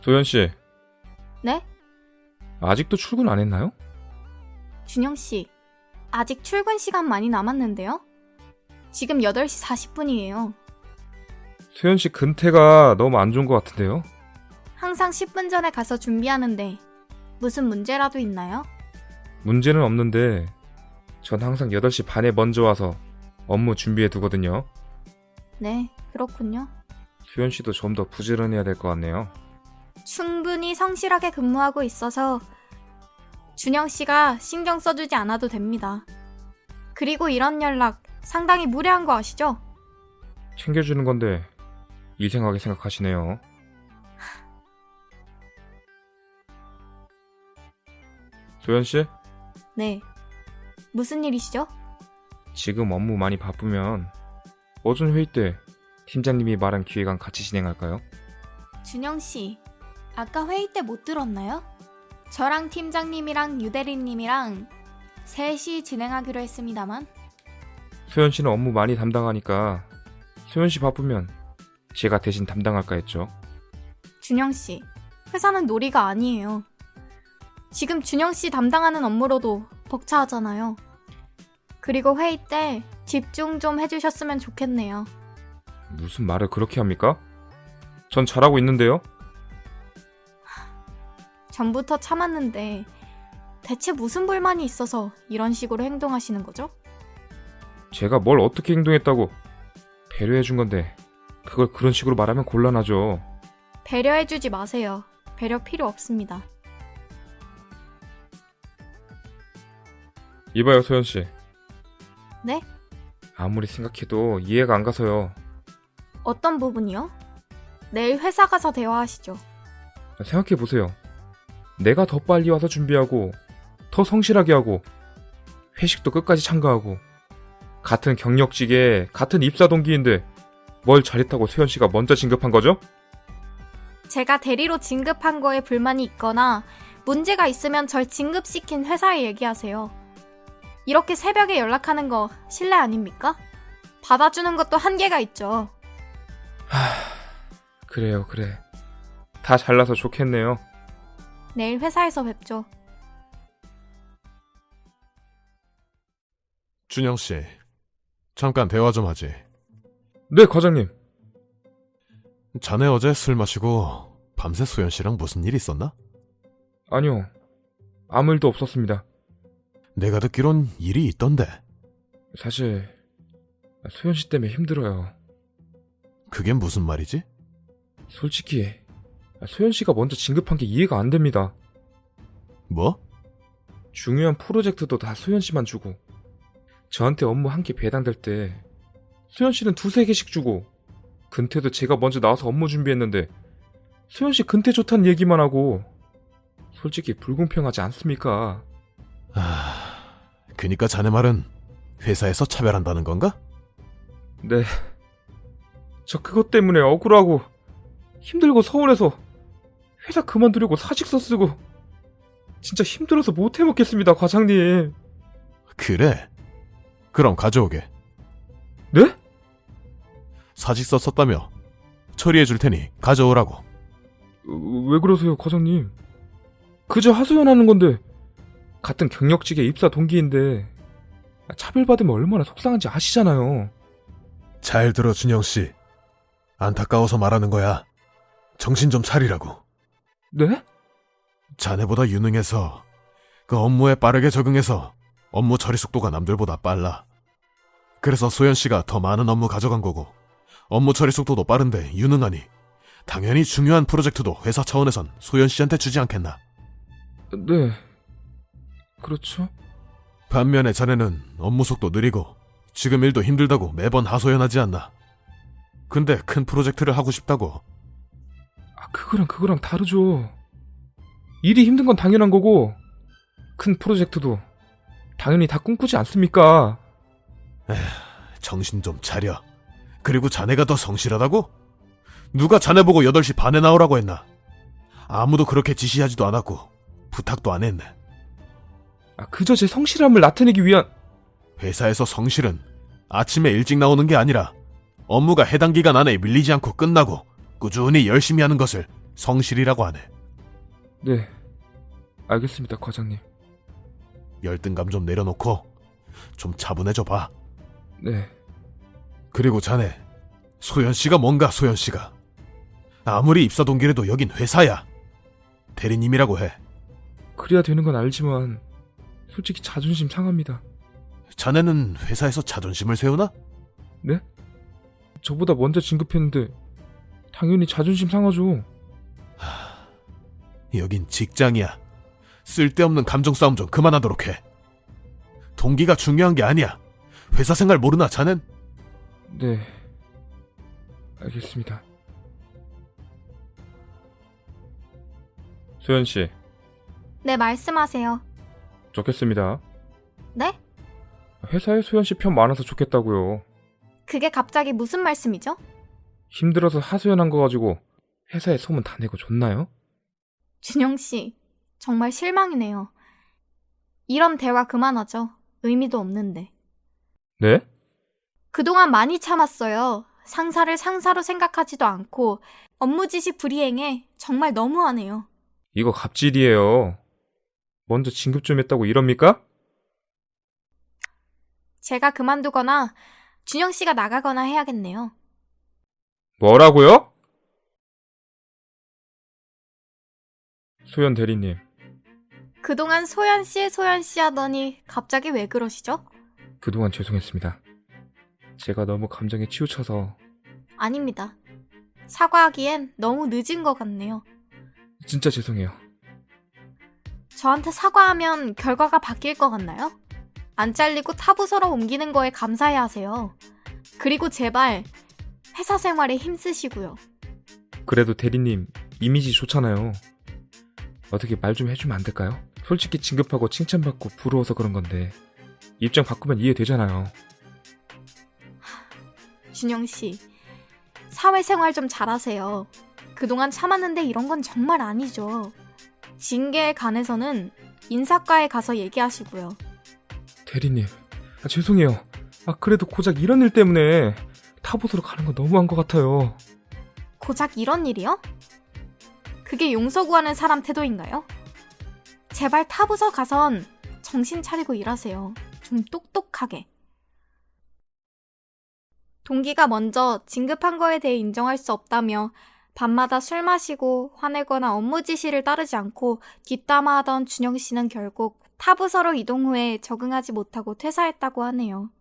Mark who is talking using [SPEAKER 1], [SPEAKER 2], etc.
[SPEAKER 1] 도현 씨.
[SPEAKER 2] 네?
[SPEAKER 1] 아직도 출근 안 했나요?
[SPEAKER 2] 준영 씨, 아직 출근 시간 많이 남았는데요? 지금 8시 40분이에요.
[SPEAKER 1] 도현 씨 근태가 너무 안 좋은 것 같은데요.
[SPEAKER 2] 항상 10분 전에 가서 준비하는데 무슨 문제라도 있나요?
[SPEAKER 1] 문제는 없는데 전 항상 8시 반에 먼저 와서 업무 준비해 두거든요.
[SPEAKER 2] 네, 그렇군요.
[SPEAKER 1] 도현 씨도 좀 더 부지런해야 될 것 같네요.
[SPEAKER 2] 충분히 성실하게 근무하고 있어서 준영 씨가 신경 써주지 않아도 됩니다. 그리고 이런 연락 상당히 무례한 거 아시죠?
[SPEAKER 1] 챙겨주는 건데 이생하게 생각하시네요. 도현 씨,
[SPEAKER 2] 네. 무슨 일이시죠?
[SPEAKER 1] 지금 업무 많이 바쁘면 어전 회의 때 팀장님이 말한 기획안 같이 진행할까요?
[SPEAKER 2] 준영 씨, 아까 회의 때 못 들었나요? 저랑 팀장님이랑 유대리님이랑 셋이 진행하기로 했습니다만
[SPEAKER 1] 소연 씨는 업무 많이 담당하니까 소연 씨 바쁘면 제가 대신 담당할까 했죠.
[SPEAKER 2] 준영 씨, 회사는 놀이가 아니에요. 지금 준영 씨 담당하는 업무로도 벅차하잖아요. 그리고 회의 때 집중 좀 해주셨으면 좋겠네요.
[SPEAKER 1] 무슨 말을 그렇게 합니까? 전 잘하고 있는데요.
[SPEAKER 2] 전부터 참았는데 대체 무슨 불만이 있어서 이런 식으로 행동하시는 거죠?
[SPEAKER 1] 제가 뭘 어떻게 행동했다고 배려해 준 건데 그걸 그런 식으로 말하면 곤란하죠.
[SPEAKER 2] 배려해주지 마세요. 배려 필요 없습니다.
[SPEAKER 1] 이봐요, 소연 씨.
[SPEAKER 2] 네?
[SPEAKER 1] 아무리 생각해도 이해가 안 가서요.
[SPEAKER 2] 어떤 부분이요? 내일 회사 가서 대화하시죠.
[SPEAKER 1] 생각해 보세요. 내가 더 빨리 와서 준비하고 더 성실하게 하고 회식도 끝까지 참가하고 같은 경력직에 같은 입사 동기인데 뭘 잘했다고 세현 씨가 먼저 진급한 거죠?
[SPEAKER 2] 제가 대리로 진급한 거에 불만이 있거나 문제가 있으면 절 진급시킨 회사에 얘기하세요. 이렇게 새벽에 연락하는 거 실례 아닙니까? 받아주는 것도 한계가 있죠.
[SPEAKER 1] 그래요, 그래. 다 잘나서 좋겠네요.
[SPEAKER 2] 내일 회사에서 뵙죠.
[SPEAKER 3] 준영 씨, 잠깐 대화 좀 하지.
[SPEAKER 1] 네, 과장님.
[SPEAKER 3] 자네 어제 술 마시고 밤새 소연 씨랑 무슨 일 있었나?
[SPEAKER 1] 아니요. 아무 일도 없었습니다.
[SPEAKER 3] 내가 듣기론 일이 있던데
[SPEAKER 1] 사실 소연 씨 때문에 힘들어요.
[SPEAKER 3] 그게 무슨 말이지?
[SPEAKER 1] 솔직히 소연 씨가 먼저 진급한 게 이해가 안 됩니다.
[SPEAKER 3] 뭐?
[SPEAKER 1] 중요한 프로젝트도 다 소연 씨만 주고 저한테 업무 한 개 배당될 때 소연 씨는 두세 개씩 주고 근태도 제가 먼저 나와서 업무 준비했는데 소연 씨 근태 좋다는 얘기만 하고 솔직히 불공평하지 않습니까?
[SPEAKER 3] 아, 그니까 자네 말은 회사에서 차별한다는 건가?
[SPEAKER 1] 네. 저 그것 때문에 억울하고 힘들고 서운해서 회사 그만두려고 사직서 쓰고 진짜 힘들어서 못 해먹겠습니다, 과장님.
[SPEAKER 3] 그래. 그럼 가져오게.
[SPEAKER 1] 네?
[SPEAKER 3] 사직서 썼다며 처리해 줄 테니 가져오라고.
[SPEAKER 1] 어, 왜 그러세요, 과장님? 그저 하소연하는 건데 같은 경력직의 입사 동기인데 차별받으면 얼마나 속상한지 아시잖아요.
[SPEAKER 3] 잘 들어 준영 씨. 안타까워서 말하는 거야. 정신 좀 차리라고.
[SPEAKER 1] 네?
[SPEAKER 3] 자네보다 유능해서 그 업무에 빠르게 적응해서 업무 처리 속도가 남들보다 빨라. 그래서 소연 씨가 더 많은 업무 가져간 거고 업무 처리 속도도 빠른데 유능하니 당연히 중요한 프로젝트도 회사 차원에선 소연 씨한테 주지 않겠나.
[SPEAKER 1] 네. 그렇죠?
[SPEAKER 3] 반면에 자네는 업무 속도 느리고 지금 일도 힘들다고 매번 하소연하지 않나. 근데 큰 프로젝트를 하고 싶다고
[SPEAKER 1] 아, 그거랑 그거랑 다르죠. 일이 힘든 건 당연한 거고 큰 프로젝트도 당연히 다 꿈꾸지 않습니까?
[SPEAKER 3] 정신 좀 차려. 그리고 자네가 더 성실하다고? 누가 자네 보고 8시 반에 나오라고 했나? 아무도 그렇게 지시하지도 않았고, 부탁도 안 했네.
[SPEAKER 1] 아, 그저 제 성실함을 나타내기 위한
[SPEAKER 3] 회사에서 성실은 아침에 일찍 나오는 게 아니라, 업무가 해당 기간 안에 밀리지 않고 끝나고, 꾸준히 열심히 하는 것을 성실이라고 하네.
[SPEAKER 1] 네. 알겠습니다, 과장님.
[SPEAKER 3] 열등감 좀 내려놓고 좀 차분해져 봐.
[SPEAKER 1] 네.
[SPEAKER 3] 그리고 자네 소연 씨가 뭔가 소연 씨가 아무리 입사 동기라도 여긴 회사야. 대리님이라고 해.
[SPEAKER 1] 그래야 되는 건 알지만 솔직히 자존심 상합니다.
[SPEAKER 3] 자네는 회사에서 자존심을 세우나?
[SPEAKER 1] 저보다 먼저 진급했는데 당연히 자존심 상하죠.
[SPEAKER 3] 여긴 직장이야. 쓸데없는 감정 싸움 좀 그만하도록 해. 동기가 중요한 게 아니야. 회사 생활 모르나 자넨?
[SPEAKER 1] 네. 알겠습니다. 소연 씨,
[SPEAKER 2] 네, 말씀하세요.
[SPEAKER 1] 좋겠습니다.
[SPEAKER 2] 네?
[SPEAKER 1] 회사에 소연 씨 편 많아서 좋겠다고요.
[SPEAKER 2] 그게 갑자기 무슨 말씀이죠?
[SPEAKER 1] 힘들어서 하소연한 거 가지고 회사에 소문 다 내고 좋나요?
[SPEAKER 2] 준영 씨, 정말 실망이네요. 이런 대화 그만하죠. 의미도 없는데.
[SPEAKER 1] 네?
[SPEAKER 2] 그동안 많이 참았어요. 상사를 상사로 생각하지도 않고 업무 지시 불이행에 정말 너무하네요.
[SPEAKER 1] 이거 갑질이에요. 먼저 진급 좀 했다고 이럽니까?
[SPEAKER 2] 제가 그만두거나 준영 씨가 나가거나 해야겠네요.
[SPEAKER 1] 뭐라고요? 소연 대리님,
[SPEAKER 2] 그동안 소연 씨, 소연 씨 하더니 갑자기 왜 그러시죠?
[SPEAKER 1] 그동안 죄송했습니다. 제가 너무 감정에 치우쳐서
[SPEAKER 2] 아닙니다. 사과하기엔 너무 늦은 것 같네요.
[SPEAKER 1] 진짜 죄송해요.
[SPEAKER 2] 저한테 사과하면 결과가 바뀔 것 같나요? 안 잘리고 타 부서로 옮기는 거에 감사해야 하세요. 그리고 제발 회사 생활에 힘쓰시고요.
[SPEAKER 1] 그래도 대리님 이미지 좋잖아요. 어떻게 말 좀 해주면 안 될까요? 솔직히 진급하고 칭찬받고 부러워서 그런 건데 입장 바꾸면 이해되잖아요.
[SPEAKER 2] 준영 씨, 사회생활 좀 잘하세요. 그동안 참았는데 이런 건 정말 아니죠. 징계에 관해서는 인사과에 가서 얘기하시고요.
[SPEAKER 1] 대리님, 아, 죄송해요. 아 그래도 고작 이런 일 때문에 타보스로 가는 건 너무한 것 같아요.
[SPEAKER 2] 고작 이런 일이요? 그게 용서 구하는 사람 태도인가요? 제발 타부서 가선 정신 차리고 일하세요. 좀 똑똑하게. 동기가 먼저 진급한 거에 대해 인정할 수 없다며 밤마다 술 마시고 화내거나 업무 지시를 따르지 않고 뒷담화하던 준영 씨는 결국 타부서로 이동 후에 적응하지 못하고 퇴사했다고 하네요.